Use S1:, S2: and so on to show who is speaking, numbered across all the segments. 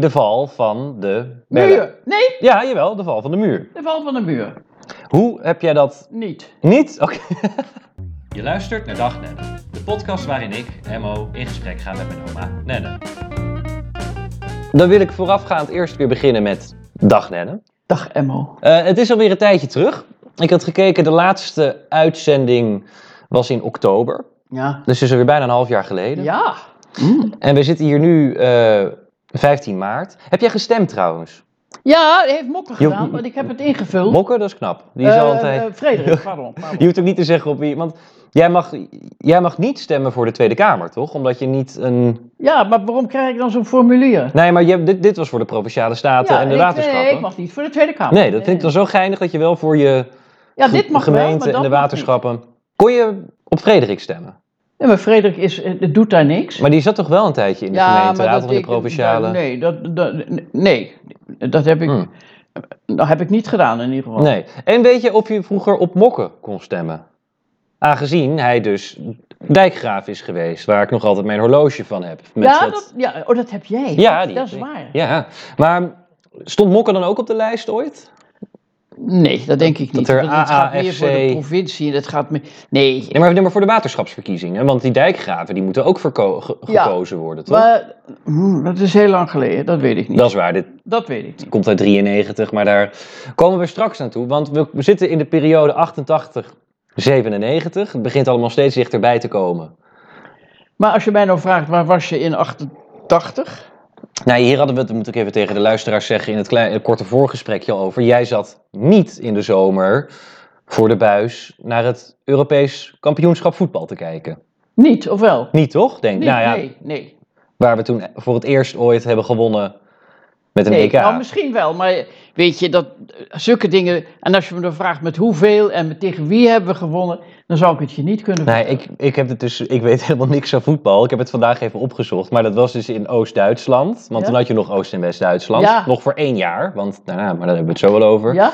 S1: De val van de berg.
S2: Muur. Nee,
S1: Ja, jawel, de val van de muur.
S2: de val van de muur.
S1: Hoe heb jij dat
S2: Niet.
S1: niet? Oké.
S3: Je luistert naar Dag Nenne, de podcast waarin ik, MO, in gesprek ga met mijn oma Nenne.
S1: Dan wil ik voorafgaand eerst weer beginnen met dag Nenne.
S2: Dag Emmo.
S1: Eh, het is alweer een tijdje terug. Ik had gekeken, de laatste uitzending was in oktober.
S2: Ja.
S1: Dus is alweer bijna een half jaar geleden.
S2: Ja.
S1: En we zitten hier nu eh, 15 maart. Heb jij gestemd trouwens?
S2: Ja, dat heeft Mokke
S1: Jo-
S2: gedaan, want ik heb het ingevuld.
S1: Mokken, dat is knap. Die is al een
S2: Eh,
S1: tijd...
S2: eh, Frederik, pardon. pardon.
S1: Je hoeft ook niet te zeggen op wie. Want jij mag, jij mag niet stemmen voor de Tweede Kamer, toch? Omdat je niet een.
S2: Ja, maar waarom krijg ik dan zo'n formulier?
S1: Nee, maar je, dit, dit was voor de provinciale staten
S2: ja,
S1: en de
S2: ik-
S1: waterschappen.
S2: Nee, ik mag niet voor de Tweede Kamer.
S1: Nee, dat vind ik dan zo geinig dat je wel voor je
S2: Ja,
S1: ge-
S2: dit mag wel,
S1: gemeente
S2: maar dat
S1: en de
S2: mag
S1: waterschappen. Kon je op Frederik stemmen?
S2: niet. Nee, maar Frederik is, eh, dat doet daar niks.
S1: Maar die zat toch wel een tijdje in de gemeenteraad of in de provinciale. Nee.
S2: Nee, dat, dat- nee, dat heb ik,
S1: Hmm.
S2: dat heb ik niet gedaan in ieder geval.
S1: En weet je of je vroeger op Mokken kon stemmen? Aangezien hij dus dijkgraaf is geweest, waar ik nog altijd mijn horloge van heb. Met
S2: ja,
S1: dat-
S2: dat, ja, oh, dat heb jij.
S1: Ja,
S2: dat,
S1: die
S2: dat is
S1: heb ik.
S2: waar.
S1: Ja, maar stond Mokken dan ook op de lijst ooit?
S2: Nee, dat denk ik niet.
S1: er
S2: want het gaat meer voor de
S1: AAFC
S2: provincie en het gaat meer... Nee,
S1: Nee, maar, nee, maar voor de waterschapsverkiezingen, want die dijkgraven die moeten ook verko- ge-
S2: Ja,
S1: gekozen worden, toch?
S2: maar hmm, dat is heel lang geleden, dat weet ik niet.
S1: Dat is waar, dit
S2: Dat weet ik niet.
S1: komt uit 93, maar daar komen we straks naartoe. Want we we zitten in de periode 88, 97. Het begint allemaal steeds dichterbij te komen.
S2: Maar als je mij nou vraagt, waar was je in 88?
S1: Nou, hier hadden we het, dat moet ik even tegen de luisteraars zeggen, in het, klein, het korte voorgesprekje al over. Jij zat niet in de zomer voor de buis naar het Europees kampioenschap voetbal te kijken.
S2: Niet, of wel?
S1: Niet toch? Denk,
S2: Nee,
S1: nou ja,
S2: nee, nee.
S1: waar we toen voor het eerst ooit hebben gewonnen met een
S2: nee.
S1: EK.
S2: Nou, misschien wel, maar weet je, dat, eh, zulke dingen... En als je me dan vraagt met hoeveel en met tegen wie hebben we gewonnen... dan zou ik het je niet kunnen
S1: Nee,
S2: vertellen.
S1: ik, ik, heb het dus, ik weet helemaal niks van voetbal. Ik heb het vandaag even opgezocht. Maar dat was dus in Oost-Duitsland. Want
S2: Ja.
S1: toen had je nog Oost- en West-Duitsland.
S2: Ja.
S1: Nog voor één jaar. Want daarna, maar daar hebben we het zo wel over.
S2: Ja?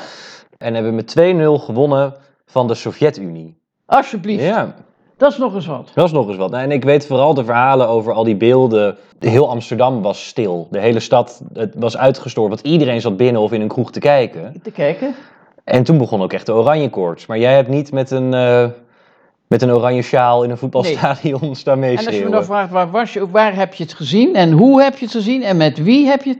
S1: En hebben we met 2-0 gewonnen van de Sovjet-Unie.
S2: Alsjeblieft,
S1: Ja,
S2: dat is nog eens wat.
S1: dat is nog eens wat. Nou, En ik weet vooral de verhalen over al die beelden. Heel Amsterdam was stil. De hele stad het was uitgestorven. Want iedereen zat binnen of in een kroeg te kijken.
S2: Te kijken.
S1: En toen begon ook echt de oranje koorts. Maar jij hebt niet met een, eh, met een oranje sjaal in een voetbalstadion staan
S2: En als je me
S1: meeschreeuwen.
S2: dan vraagt, waar was je, waar heb je het gezien en hoe heb je het gezien en met wie heb je het...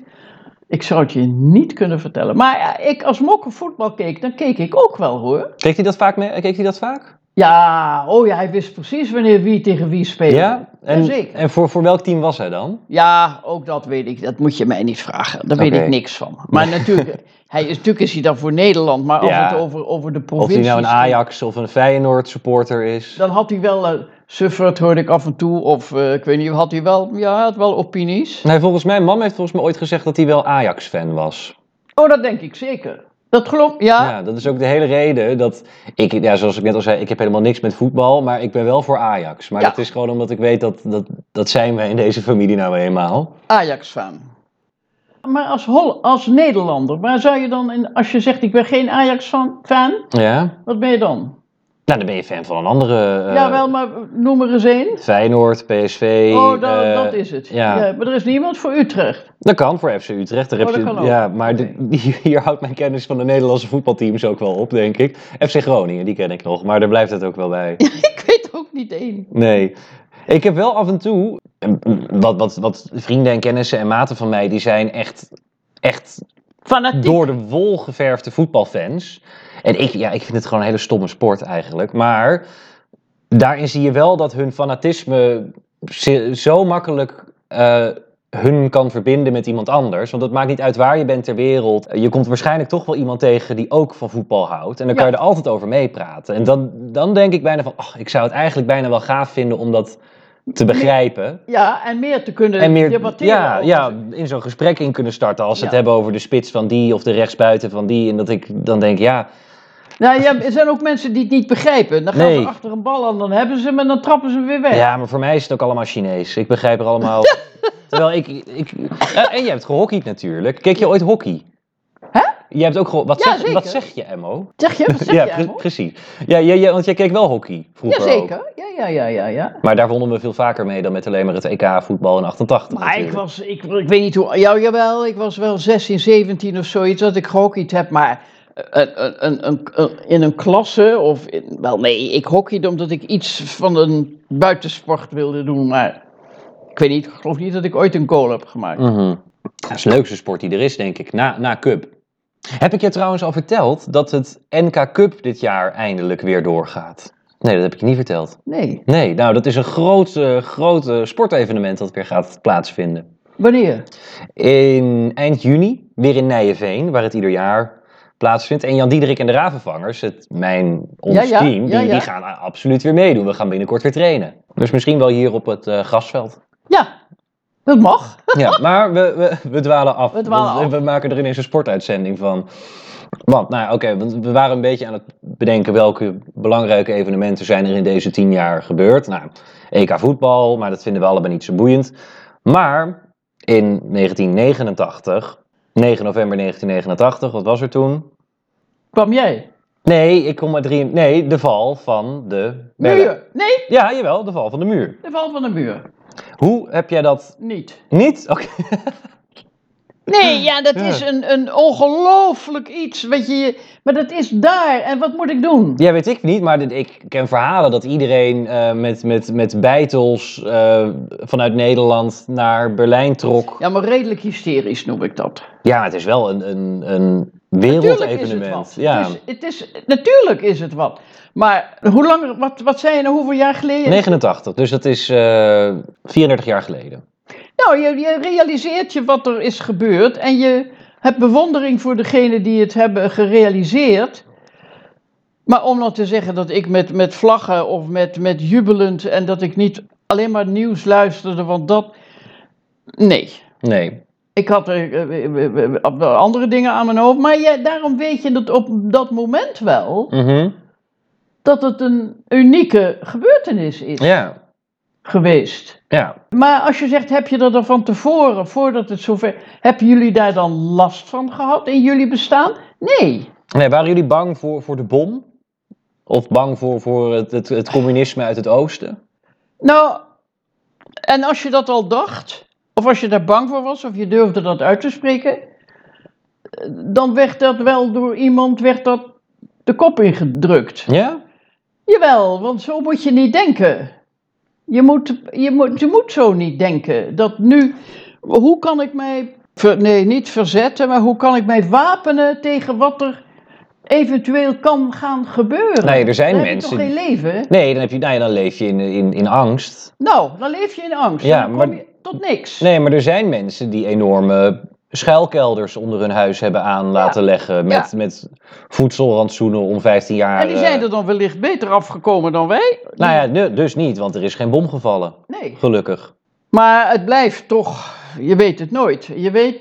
S2: Ik zou het je niet kunnen vertellen. Maar ja, ik, als Mokke voetbal keek, dan keek ik ook wel hoor.
S1: Keek hij dat vaak mee? Keek hij dat vaak?
S2: Ja, oh ja, hij wist precies wanneer wie tegen wie speelde.
S1: Ja? En,
S2: Jazeker.
S1: en voor, voor welk team was hij dan?
S2: Ja, ook dat weet ik. Dat moet je mij niet vragen. Daar weet
S1: Oké.
S2: ik niks van. Maar natuurlijk, hij is, natuurlijk is hij dan voor Nederland. Maar als
S1: Ja.
S2: het over, over de
S1: Of
S2: provincies...
S1: hij nou een Ajax of een Feyenoord supporter is?
S2: Dan had hij wel eh suffert, hoorde ik af en toe. Of eh, ik weet niet, had hij wel... Ja, hij had wel opinies.
S1: Nee, volgens mij, mam heeft volgens mij ooit gezegd dat hij wel Ajax-fan was.
S2: Oh, dat denk ik zeker. Dat geloof ja.
S1: Ja, dat is ook de hele reden dat ik, ja, zoals ik net al zei, ik heb helemaal niks met voetbal, maar ik ben wel voor Ajax. Maar
S2: Ja.
S1: dat is gewoon omdat ik weet dat, dat, dat zijn wij in deze familie nou eenmaal.
S2: Ajax-fan. Maar als, Hol als Nederlander, waar zou je dan, in, als je zegt ik ben geen Ajax-fan, fan,
S1: Ja?
S2: wat ben je dan?
S1: Nou, dan ben je fan van een andere. eh,
S2: Jawel, maar noem er eens één.
S1: Feyenoord, PSV.
S2: oh, dat,
S1: eh,
S2: dat is het.
S1: ja.
S2: maar er is niemand voor Utrecht.
S1: Dat kan voor FC Utrecht. Daar
S2: Oh,
S1: heb
S2: dat
S1: je,
S2: kan ook.
S1: Ja, maar de-
S2: Oké.
S1: hier houdt mijn kennis van de Nederlandse voetbalteams ook wel op, denk ik. FC Groningen, die ken ik nog, maar daar blijft het ook wel bij.
S2: ik weet ook niet één.
S1: Nee. Ik heb wel af en toe eh, wat, wat, wat vrienden en kennissen en maten van mij, die zijn echt, echt
S2: Fanatiek.
S1: door de wol geverfde voetbalfans. En ik, ja, ik vind het gewoon een hele stomme sport eigenlijk. Maar daarin zie je wel dat hun fanatisme zi- zo makkelijk eh, hun kan verbinden met iemand anders. Want het maakt niet uit waar je bent ter wereld. Je komt waarschijnlijk toch wel iemand tegen die ook van voetbal houdt. En dan kan
S2: Ja.
S1: je er altijd over meepraten. En dan, dan denk ik bijna van, ach, ik zou het eigenlijk bijna wel gaaf vinden om dat te begrijpen.
S2: Ja, en meer te kunnen
S1: En meer,
S2: eh, debatteren.
S1: ja,
S2: over.
S1: ja, in zo'n gesprek in kunnen starten. Als ze het
S2: Ja.
S1: hebben over de spits van die of de rechtsbuiten van die. En dat ik dan denk, ja,
S2: Nou, ja, er zijn ook mensen die het niet begrijpen. Dan gaan
S1: Nee.
S2: ze achter een bal aan, dan hebben ze hem en dan trappen ze hem weer weg.
S1: ja maar voor mij is het ook allemaal Chinees. Ik begrijp er allemaal. Terwijl ik. ik en, en je hebt gehockeyd natuurlijk. Keek je ooit hockey?
S2: Hè?
S1: Jij hebt ook gehoord. Wat,
S2: Ja,
S1: zeg,
S2: zeker.
S1: wat zeg je, Emmo?
S2: Zeg je, wat zeg
S1: ja,
S2: jij,
S1: pre-
S2: hoor?
S1: precies. Ja, ja, ja, want jij keek wel hockey vroeger ook.
S2: Jazeker, ja, ja, ja, ja, ja.
S1: Maar daar wonnen we veel vaker mee dan met alleen maar het EK voetbal in 88
S2: Maar ik
S1: natuurlijk.
S2: was, ik, ik weet niet hoe, ja, jawel, ik was wel 16, 17 of zoiets dat ik gehockeyd heb, maar eh, een, een, een, een- een- in een klasse of, in, wel nee, ik hockeyde omdat ik iets van een buitensport wilde doen, maar ik weet niet, ik geloof niet dat ik ooit een goal heb gemaakt.
S1: Mhm. Dat is de leukste sport die er is, denk ik, na, na Cup. Heb ik je trouwens al verteld dat het NK Cup dit jaar eindelijk weer doorgaat? Nee, dat heb ik je niet verteld.
S2: Nee,
S1: Nee, nou, dat is een groot, eh, groot eh, sportevenement dat weer gaat plaatsvinden.
S2: wanneer?
S1: In eind juni, weer in Nijenveen, waar het ieder jaar plaatsvindt. En Jan Diederik en de Ravenvangers, het, mijn, ons
S2: Ja, ja,
S1: team, die,
S2: ja, ja.
S1: die gaan a- absoluut weer meedoen. We gaan binnenkort weer trainen. Dus misschien wel hier op het eh, grasveld.
S2: Ja, dat mag.
S1: Ja, maar we, we, we dwalen af.
S2: We dwalen
S1: Want we, we maken er ineens een sportuitzending van. Want, nou ja, oké, want we waren een beetje aan het bedenken welke belangrijke evenementen zijn er in deze tien jaar gebeurd. Nou, EK voetbal, maar dat vinden we allebei niet zo boeiend. Maar in 1989, 9 november 1989, wat was er toen?
S2: Kwam jij?
S1: Nee, ik kom maar drie. Nee, de val van de. Berlijn.
S2: Muur? Nee,
S1: Ja, jawel, de val van de muur.
S2: de val van de muur.
S1: Hoe heb jij dat
S2: Niet.
S1: niet? Oké.
S2: Nee, ja, dat
S1: Ja.
S2: is een, een ongelooflijk iets. Wat je, maar dat is daar. En wat moet ik doen?
S1: Ja, weet ik niet, maar dit- ik ken verhalen dat iedereen eh, met, met, met bijtels eh, vanuit Nederland naar Berlijn trok. Ja,
S2: Ja, maar redelijk hysterisch noem ik dat.
S1: maar het is wel een, een, een
S2: Natuurlijk is het
S1: wereldevenement.
S2: wat. Dus-
S1: Ja.
S2: Het is, het is, natuurlijk is het wat. Maar hoe lang, wat, wat zei je nou, hoeveel jaar geleden?
S1: 89, dus dat is eh, 34 jaar geleden.
S2: Nou, je, je realiseert je wat er is gebeurd. En je hebt bewondering voor degenen die het hebben gerealiseerd. Maar om dan te zeggen dat ik met, met vlaggen of met, met jubelend en dat ik niet alleen maar nieuws luisterde, want dat. Nee.
S1: Nee.
S2: Ik had er eh, eh, eh, andere dingen aan mijn hoofd. Maar ja, daarom weet je dat op dat moment wel.
S1: Mhm.
S2: dat het een unieke gebeurtenis is
S1: Ja,
S2: geweest.
S1: ja.
S2: Maar als je zegt, heb je dat er van tevoren, voordat het zover. Hebben jullie daar dan last van gehad in jullie bestaan? Nee.
S1: Nee, waren jullie bang voor, voor de bom? Of bang voor, voor het, het, het communisme uit het oosten?
S2: Nou, en als je dat al dacht, of als je daar bang voor was, of je durfde dat uit te spreken, eh, dan werd dat wel door iemand werd dat de kop ingedrukt.
S1: Ja?
S2: Jawel, want zo moet je niet denken. Je moet, je moet, je moet zo niet denken. Dat nu, hoe kan ik mij, ver- nee, niet verzetten, maar hoe kan ik mij wapenen tegen wat er eventueel kan gaan gebeuren?
S1: Nee, er zijn
S2: Dan
S1: mensen
S2: Heb je toch geen leven?
S1: Nee, dan, heb je, nou ja, dan leef je in, in, in angst.
S2: Nou, dan leef je in angst.
S1: Ja,
S2: Ja, dan
S1: maar-
S2: kom je tot niks.
S1: Nee, maar er zijn mensen die enorme schuilkelders onder hun huis hebben aan laten leggen. Met, met voedselrantsoenen om 15 jaar.
S2: en die
S1: eh,
S2: zijn er dan wellicht beter afgekomen dan wij.
S1: Nou ja, nu- dus niet, want er is geen bom gevallen.
S2: Nee.
S1: Gelukkig.
S2: Maar het blijft toch, je weet het nooit. Je weet,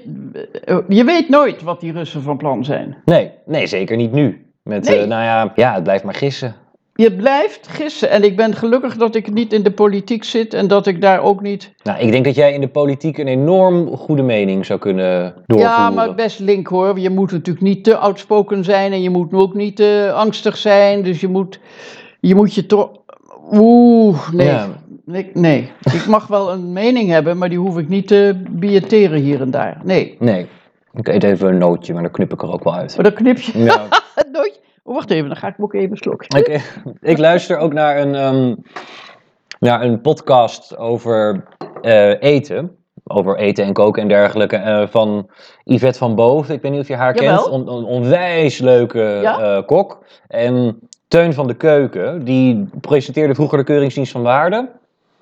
S2: eh, je weet nooit wat die Russen van plan zijn.
S1: Nee, nee zeker niet nu. Met,
S2: Nee.
S1: eh, nou ja, ja, het blijft maar gissen.
S2: Je blijft gissen. En ik ben gelukkig dat ik niet in de politiek zit en dat ik daar ook niet.
S1: Nou, ik denk dat jij in de politiek een enorm goede mening zou kunnen doorvoeren.
S2: Ja, maar best link hoor. Je moet natuurlijk niet te outspoken zijn en je moet ook niet te angstig zijn. Dus je moet je, moet je toch. Oeh, nee.
S1: Ja.
S2: Ik, nee. Ik mag wel een mening hebben, maar die hoef ik niet te biëteren hier en daar. Nee.
S1: Nee, ik eet even een nootje, maar dan knip ik er ook wel uit.
S2: Maar dan knip je
S1: Ja.
S2: het nooit. Oh, wacht even, dan ga ik hem ook even slokken.
S1: Ik, ik luister ook naar een, ehm, naar een podcast over eh, eten. Over eten en koken en dergelijke. eh, van Yvette van Boven. Ik weet niet of je haar
S2: Jawel.
S1: kent. Een onwijs leuke
S2: Ja.
S1: eh, kok. En Teun van de Keuken. Die presenteerde vroeger de Keuringsdienst van Waarde.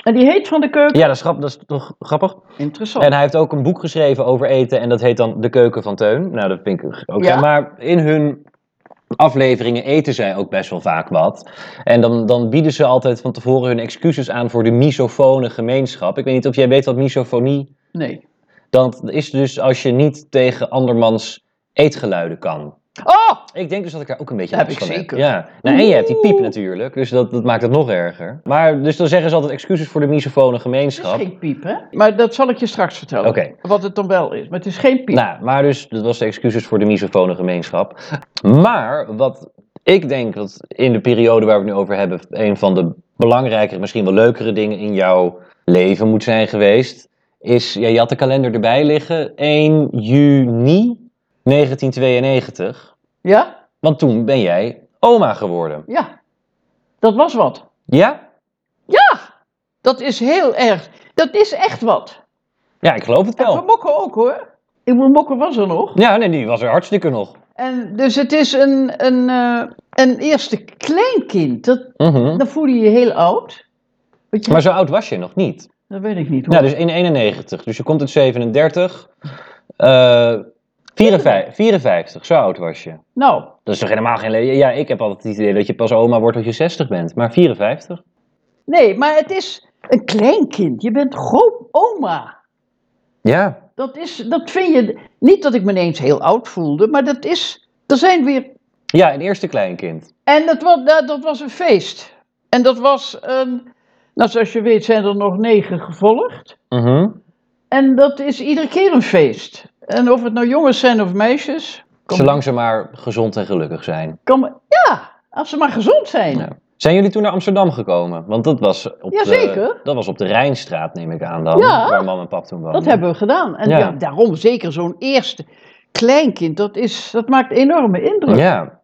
S2: En die heet van de keuken.
S1: Ja, dat is, grap, dat is toch grappig?
S2: Interessant.
S1: En hij heeft ook een boek geschreven over eten en dat heet dan De Keuken van Teun. Nou, dat vind ik ook.
S2: Ja.
S1: Maar in hun afleveringen eten zij ook best wel vaak wat. En dan, dan bieden ze altijd van tevoren hun excuses aan voor de misofone gemeenschap. Ik weet niet of jij weet wat misofonie...
S2: Nee.
S1: Dat is dus als je niet tegen andermans eetgeluiden kan.
S2: Oh!
S1: Ik denk dus dat ik daar ook een beetje
S2: Heb
S1: last
S2: ik
S1: van
S2: zeker.
S1: Ja. Nou, en je hebt die piep
S2: Oeh.
S1: natuurlijk, dus dat, dat maakt het nog erger. Maar dus dan zeggen ze altijd excuses voor de misofone
S2: Het is
S1: gemeenschap.
S2: geen piep, hè? Maar dat zal ik je straks vertellen.
S1: Oké.
S2: Wat het dan wel is. Maar het is geen piep.
S1: Nou, maar dus dat was de excuses voor de misofone gemeenschap. Maar wat ik denk dat in de periode waar we het nu over hebben, een van de belangrijkere, misschien wel leukere dingen in jouw leven moet zijn geweest, is, ja, je had de kalender erbij liggen, 1 juni 1992.
S2: Ja?
S1: Want toen ben jij oma geworden.
S2: Ja. Dat was wat.
S1: Ja?
S2: Dat is heel erg. Dat is echt wat.
S1: Ja, ik geloof het
S2: En voor
S1: wel.
S2: Mokken ook, hoor. In Mokken was er nog.
S1: Ja, nee, die was er hartstikke nog.
S2: En dus het is een, een, eh, een eerste kleinkind. Dat,
S1: Mhm.
S2: dan voelde je je heel oud. Want je-
S1: Maar zo oud was je nog niet.
S2: dat weet ik niet hoor.
S1: Nou, dus in 91. Dus je komt uit 37. Eh 54, 54, zo oud was je.
S2: nou,
S1: Dat is toch helemaal geen... le- Ja, ik heb altijd het idee dat je pas oma wordt als je 60 bent. Maar 54?
S2: nee, maar het is een kleinkind. Je bent gewoon oma.
S1: Ja.
S2: Dat, is, dat vind je. Niet dat ik me ineens heel oud voelde, maar dat is. Er zijn weer.
S1: Ja, een eerste kleinkind.
S2: En dat was, dat, dat was een feest. En dat was een. Nou, zoals je weet zijn er nog negen gevolgd.
S1: Mhm.
S2: En dat is iedere keer een feest. En of het nou jongens zijn of meisjes. kan-
S1: Zolang ze maar gezond en gelukkig zijn.
S2: kan- ja, als ze maar gezond zijn.
S1: Ja. Zijn jullie toen naar Amsterdam gekomen? Want dat was op,
S2: Jazeker.
S1: De, dat was op de Rijnstraat, neem ik aan dan.
S2: Ja.
S1: Waar mam en pap toen woonden.
S2: Dat hebben we gedaan. En
S1: Ja.
S2: ja, daarom zeker zo'n eerste kleinkind, dat, is, dat maakt enorme indruk.
S1: Ja.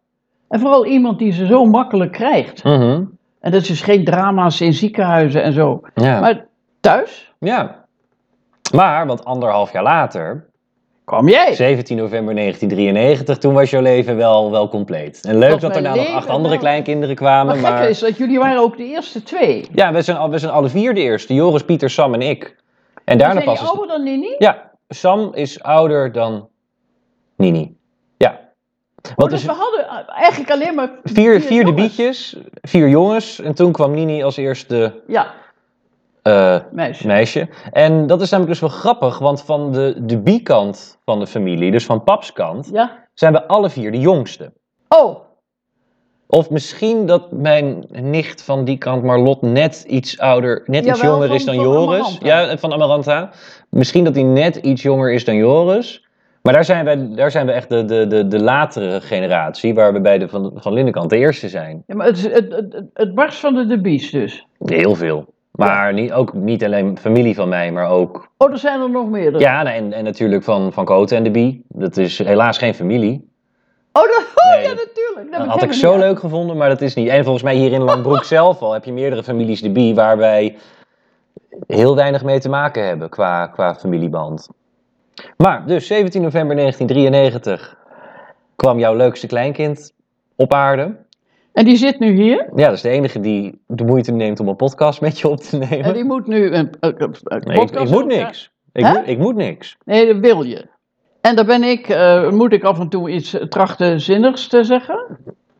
S2: En vooral iemand die ze zo makkelijk krijgt.
S1: Mhm.
S2: En dat is dus geen drama's in ziekenhuizen en zo.
S1: ja.
S2: Maar thuis
S1: Ja. Maar, want anderhalf jaar later,
S2: kwam jij.
S1: 17 november 1993, toen was jouw leven wel, wel compleet. En leuk
S2: Was
S1: dat
S2: mijn
S1: daarna nog
S2: leven
S1: acht andere
S2: wel-
S1: kleinkinderen kwamen.
S2: maar
S1: Maar,
S2: gek is dat jullie waren ook de eerste twee.
S1: Ja, we zijn, al- we zijn alle vier de eerste. Joris, Pieter, Sam en ik. En daarna
S2: zijn
S1: pas...
S2: die
S1: is-
S2: ouder dan Nini?
S1: Ja, Sam is ouder dan Nini. Ja.
S2: Oh,
S1: Want
S2: dus
S1: dus
S2: we hadden eigenlijk alleen maar
S1: vier, vier de
S2: jongens.
S1: bietjes, vier jongens. En toen kwam Nini als eerste
S2: Ja,
S1: eh,
S2: meisje.
S1: meisje. En dat is namelijk dus wel grappig, want van de, de bi-kant van de familie, dus van paps kant,
S2: Ja.
S1: zijn we alle vier de jongste.
S2: Oh,
S1: Of misschien dat mijn nicht van die kant, Marlot, net iets ouder, net iets
S2: Jawel,
S1: jonger
S2: van-
S1: is dan
S2: van
S1: Joris.
S2: Amaranta.
S1: Ja, van Amaranta. Misschien dat die net iets jonger is dan Joris. Maar daar zijn wij, daar zijn we echt de, de, de, de latere generatie, waar we bij de van, van Lindenkant de eerste zijn.
S2: ja, maar het, het, het, het, het barst van de debies dus.
S1: Heel veel. Maar niet, ook niet alleen familie van mij, maar ook.
S2: Oh, er zijn er nog meerdere.
S1: Ja, nee, en, en natuurlijk van, van Cote en de Bie. Dat is helaas geen familie.
S2: Oh, dat, oh
S1: Nee,
S2: ja,
S1: dat-
S2: natuurlijk. Dat
S1: Dat had
S2: hebben
S1: ik
S2: we
S1: zo
S2: niet-
S1: leuk gevonden, maar dat is niet. En volgens mij hier in Langbroek zelf al heb je meerdere families de Bie waar wij heel weinig mee te maken hebben qua, qua familieband. Maar dus 17 november 1993 kwam jouw leukste kleinkind op aarde.
S2: En die zit nu hier.
S1: Ja, dat is de enige die de moeite neemt om een podcast met je op te
S2: En
S1: nemen.
S2: die moet nu een, een- een- een
S1: Nee, ik,
S2: podcast
S1: ik moet
S2: opnemen.
S1: niks. Ik,
S2: Hè?
S1: moet- ik moet niks.
S2: Nee, dat wil je. En daar ben ik, eh, moet ik af en toe iets eh, trachten zinnigs te zeggen.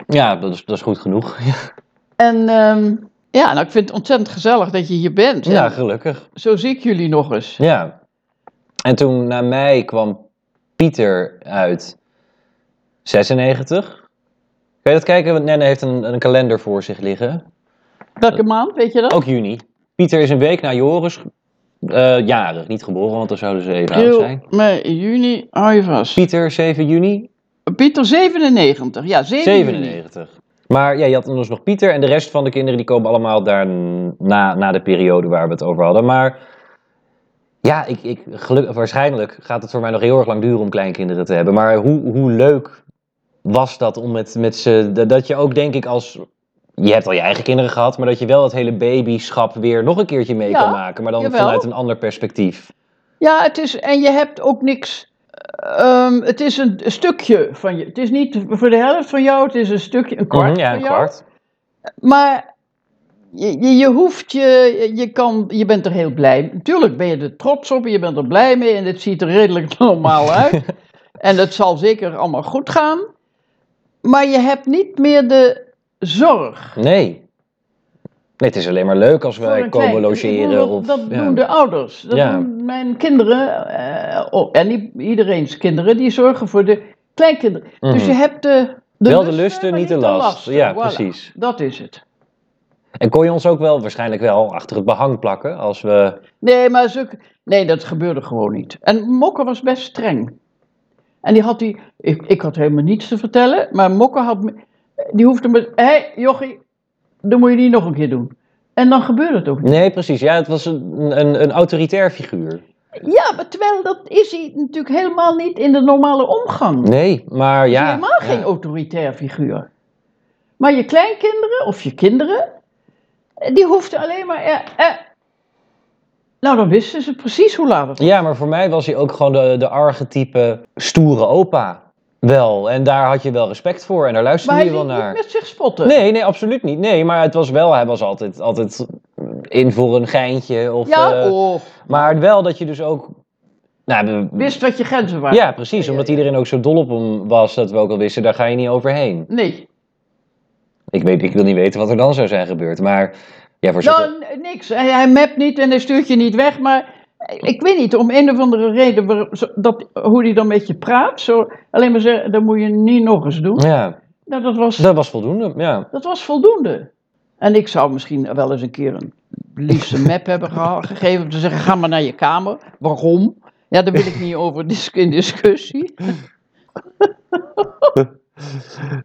S1: Ja, dat is, dat is goed genoeg. Ja,
S2: En ehm, ja, nou, ik vind het ontzettend gezellig dat je hier bent. En
S1: gelukkig.
S2: Zo zie ik jullie nog eens.
S1: Ja. En toen na mij kwam Pieter uit 96. Kan je dat kijken? Want Nenne heeft een, een kalender voor zich liggen.
S2: Welke maand, weet je dat?
S1: Ook juni. Pieter is een week na Joris eh, jarig. Niet geboren, want dan zouden ze even oud
S2: April,
S1: zijn.
S2: mei, juni, hou je vast.
S1: Pieter, 7 juni,
S2: Pieter 97, ja, 7 juni.
S1: 97. Maar ja, je had dus nog Pieter en de rest van de kinderen die komen allemaal daar na, na de periode waar we het over hadden. Maar ja, ik, ik, geluk, waarschijnlijk gaat het voor mij nog heel erg lang duren om kleinkinderen te hebben. Maar hoe, hoe leuk was dat om met, met ze, dat- dat je ook denk ik als, je hebt al je eigen kinderen gehad, maar dat je wel het hele babyschap weer nog een keertje mee
S2: Ja,
S1: kan maken. Maar dan
S2: jawel.
S1: vanuit een ander perspectief.
S2: Ja, het is, en je hebt ook niks. ehm, het is een stukje van je. Het is niet voor de helft van jou, het is een stukje, een kwart.
S1: Mhm, ja,
S2: van
S1: een
S2: jou.
S1: kwart.
S2: Maar je, je, je hoeft je, je, kan, je bent er heel blij. Natuurlijk ben je er trots op en je bent er blij mee en het ziet er redelijk normaal uit. en het zal zeker allemaal goed gaan. Maar je hebt niet meer de zorg.
S1: Nee. Nee, het is alleen maar leuk als
S2: voor
S1: wij
S2: een
S1: komen
S2: klein- Ik
S1: logeren.
S2: bedoel,
S1: of,
S2: dat dat
S1: ja.
S2: doen de ouders. Dat
S1: Ja.
S2: doen mijn kinderen eh, oh, en i- iedereen's kinderen. Die zorgen voor de Kleinkinderen. Dus
S1: Mhm.
S2: je hebt de,
S1: Wel de lusten,
S2: maar
S1: niet de last. Ja,
S2: Voilà,
S1: precies.
S2: Dat is het.
S1: En kon je ons ook wel, waarschijnlijk wel, achter het behang plakken als we...
S2: Nee, maar zulke, nee, dat gebeurde gewoon niet. En Mokke was best streng. En die had die, ik, ik had helemaal niets te vertellen, maar Mokke had, me- die hoefde me, hé hey, jochie, dat moet je niet nog een keer doen. En dan gebeurde het ook niet.
S1: Nee, precies. Ja, het was een, een, een autoritair figuur.
S2: Ja, maar terwijl dat is hij natuurlijk helemaal niet in de normale omgang.
S1: Nee, maar
S2: Hij
S1: ja.
S2: is helemaal
S1: ja.
S2: geen autoritair figuur. Maar je kleinkinderen of je kinderen, eh, die hoefden alleen maar, eh, eh. nou dan wisten ze precies hoe laat het
S1: Ja, maar voor mij was hij ook gewoon de, de archetype stoere opa. Wel, en daar had je wel respect voor en daar
S2: Maar
S1: luisterde
S2: hij
S1: je wel
S2: liet niet
S1: naar.
S2: met zich spotten.
S1: Nee, nee, absoluut niet. Nee, maar het was wel, hij was altijd, altijd in voor een geintje. Of,
S2: ja,
S1: eh,
S2: oh,
S1: Maar wel dat je dus ook. Nou, we-
S2: wist wat je grenzen waren.
S1: ja, precies.
S2: Ja,
S1: Omdat
S2: ja, ja.
S1: iedereen ook zo dol op hem was dat we ook al wisten, daar ga je niet overheen.
S2: Nee,
S1: Ik, weet, ik wil niet weten wat er dan zou zijn gebeurd. Maar ja, voor zover-
S2: dan eh, niks. Hij, hij mapt niet en hij stuurt je niet weg, maar eh, ik weet niet, om een of andere reden, waar- zo- dat, hoe hij dan met je praat, zo, alleen maar zeggen, dat moet je niet nog eens doen.
S1: Ja,
S2: Nou, dat was,
S1: dat was voldoende. Ja.
S2: dat was voldoende. En ik zou misschien wel eens een keer een liefste map hebben geha- gegeven om te zeggen, ga maar naar je kamer. Waarom? Ja, daar wil ik niet over dis- in discussie.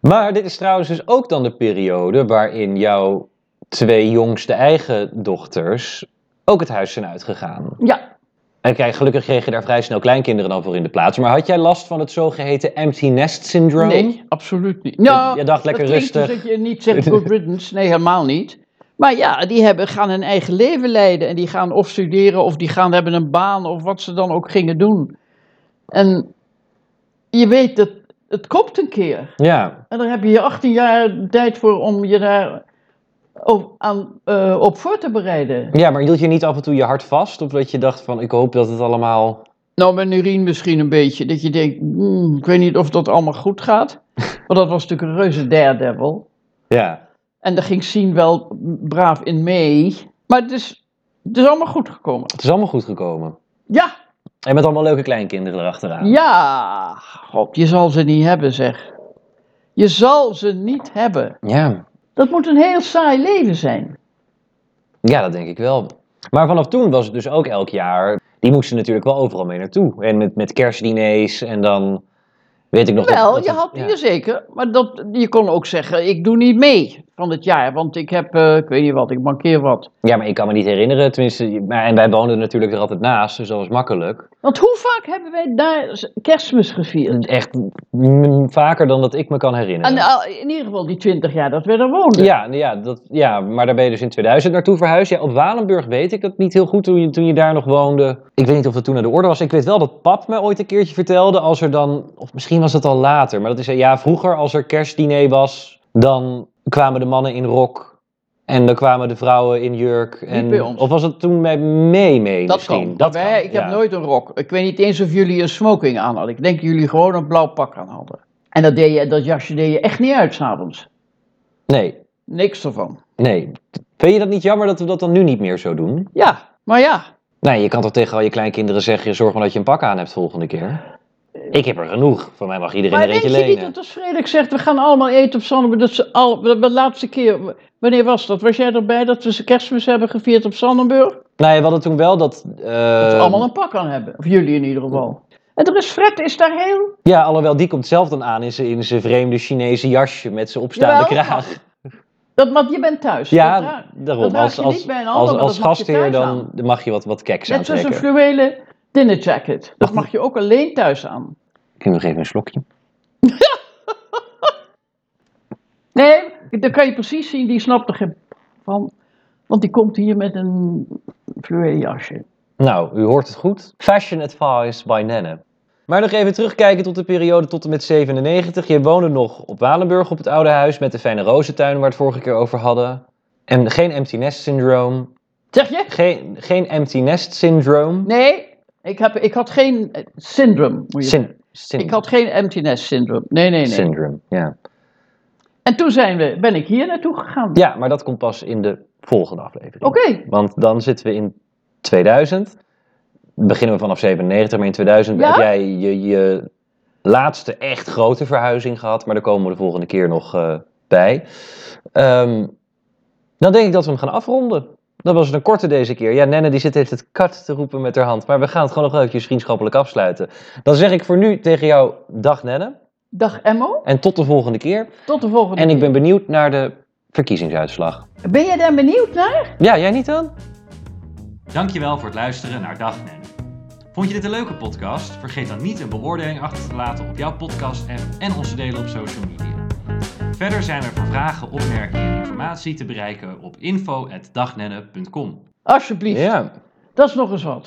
S1: Maar dit is trouwens dus ook dan de periode waarin jouw twee jongste eigen dochters ook het huis zijn uitgegaan.
S2: Ja,
S1: En kijk, gelukkig kreeg je daar vrij snel kleinkinderen dan voor in de plaats. Maar had jij last van het zogeheten empty nest syndroom?
S2: nee, absoluut niet. Nou,
S1: je, je dacht lekker
S2: dat klinkt
S1: rustig.
S2: dus dat je niet zegt good riddance. Nee, helemaal niet. Maar ja, die hebben, gaan hun eigen leven leiden. En die gaan of studeren of die gaan hebben een baan of wat ze dan ook gingen doen. En je weet dat het komt een keer.
S1: Ja,
S2: En dan heb je je 18 jaar tijd voor om je daar op, aan, eh, op voor te bereiden.
S1: ja, maar hield je niet af en toe je hart vast? Of dat je dacht van, ik hoop dat het allemaal...
S2: Nou, met urine misschien een beetje. Dat je denkt, hmm, ik weet niet of dat allemaal goed gaat. Want dat was natuurlijk een reuze daredevil.
S1: Ja,
S2: En daar ging Sien wel braaf in mee. Maar het is, het is allemaal goed gekomen.
S1: het is allemaal goed gekomen.
S2: Ja,
S1: En met allemaal leuke kleinkinderen erachteraan.
S2: ja. God, je zal ze niet hebben, zeg. Je zal ze niet hebben.
S1: ja.
S2: Dat moet een heel saai leven zijn.
S1: Ja, dat denk ik wel. Maar vanaf toen was het dus ook elk jaar... Die moesten natuurlijk wel overal mee naartoe. En met, met kerstdiners en dan... Weet ik nog dat-
S2: Wel,
S1: dat
S2: je
S1: het-
S2: had
S1: ja.
S2: hier zeker. Maar dat, je kon ook zeggen, ik doe niet mee van het jaar. Want ik heb, eh, ik weet niet wat, ik mankeer wat.
S1: Ja, maar ik kan me niet herinneren. Tenminste, je- maar, en wij woonden natuurlijk er altijd naast, dus dat was makkelijk.
S2: Want hoe vaak hebben wij daar z- kerstmis gevierd?
S1: Echt mm, vaker dan dat ik me kan herinneren.
S2: En, ah, in ieder geval die twintig jaar dat we er woonden.
S1: Ja, ja, dat, ja, maar daar ben je dus in 2000 naartoe verhuisd. Ja, op Walenburg weet ik dat niet heel goed toen je, toen je daar nog woonde. Ik weet niet of dat toen aan de orde was. Ik weet wel dat pap mij ooit een keertje vertelde als er dan... Of misschien was dat al later, maar dat is... Ja, vroeger als er kerstdiner was, dan kwamen de mannen in rok... En dan kwamen de vrouwen in jurk. En,
S2: bij ons.
S1: Of was dat toen bij mee mee
S2: Dat
S1: misschien?
S2: kan. Dat wij,
S1: kan,
S2: ik
S1: ja.
S2: heb nooit een rok. Ik weet niet eens of jullie een smoking aan hadden. Ik denk dat jullie gewoon een blauw pak aan hadden. En dat, deed je, dat jasje deed je echt niet uit s'avonds.
S1: Nee,
S2: Niks ervan.
S1: nee. Vind je dat niet jammer dat we dat dan nu niet meer zo doen?
S2: Ja, maar ja.
S1: Nee, je kan toch tegen al je kleinkinderen zeggen: zorg maar dat je een pak aan hebt volgende keer. Ik heb er genoeg. Voor mij mag iedereen
S2: Maar
S1: er
S2: weet
S1: eentje
S2: je niet
S1: lenen.
S2: dat als Frederik zegt, we gaan allemaal eten op Zandam. Dat ze al, de laatste keer, wanneer was dat? Was jij erbij dat we ze kerstmis hebben gevierd op Zandenburg?
S1: Nee, we hadden toen wel dat. eh,
S2: Dat ze allemaal een pak aan hebben. Of jullie in ieder geval. En er is Fred, is daar heel...
S1: Ja, alhoewel die komt zelf dan aan in zijn, in zijn vreemde Chinese jasje met zijn opstaande
S2: Jawel.
S1: kraag.
S2: Dat, want je bent thuis.
S1: Ja,
S2: dat raakt.
S1: daarom.
S2: draag
S1: als
S2: je
S1: als,
S2: niet bij een ander,
S1: als,
S2: maar
S1: als
S2: dat mag je
S1: gastheer
S2: thuis
S1: dan
S2: aan.
S1: mag je wat, wat keks
S2: Net zoals een
S1: aantrekken.
S2: fluwelen dinnerjacket. Dat
S1: Wacht.
S2: mag je ook alleen thuis aan.
S1: Ik neem nog even een slokje.
S2: Nee, dan kan je precies zien, die snapt er geen van. Want die komt hier met een fluweel jasje.
S1: Nou, u hoort het goed. Fashion advice by Nenne. Maar nog even terugkijken tot de periode tot en met 97. Je woonde nog op Walenburg op het oude huis met de fijne rozentuin waar we het vorige keer over hadden. En geen empty nest syndroom.
S2: Zeg je?
S1: Geen, geen empty nest syndroom.
S2: Nee, ik, heb, ik had geen eh, syndroom. Moet je zeggen.
S1: Syn, syn-
S2: ik had geen empty nest syndroom. Nee, nee, nee.
S1: syndrome, ja.
S2: En toen zijn we, ben ik hier naartoe gegaan.
S1: Ja, maar dat komt pas in de volgende aflevering.
S2: Oké,
S1: Want dan zitten we in 2000. Beginnen we vanaf 97, maar in 2000
S2: Ja?
S1: heb jij je, je laatste echt grote verhuizing gehad, maar daar komen we de volgende keer nog eh, bij. Ehm, dan denk ik dat we hem gaan afronden. Dat was het een korte deze keer. Ja, Nenne die zit heeft het kat te roepen met haar hand, maar we gaan het gewoon nog eventjes vriendschappelijk afsluiten. Dan zeg ik voor nu tegen jou dag Nenne
S2: Dag Emmo,
S1: en tot de volgende keer.
S2: tot de volgende
S1: En ik ben
S2: keer.
S1: benieuwd naar de verkiezingsuitslag.
S2: Ben jij daar benieuwd naar?
S1: Ja, jij niet dan?
S3: Dankjewel voor het luisteren naar Dag Nen. Vond je dit een leuke podcast? Vergeet dan niet een beoordeling achter te laten op jouw podcast-app en onze delen op social media. Verder zijn we voor vragen, opmerkingen en informatie te bereiken op info.dagnenne.com.
S2: Alsjeblieft,
S1: Ja.
S2: dat is nog eens wat.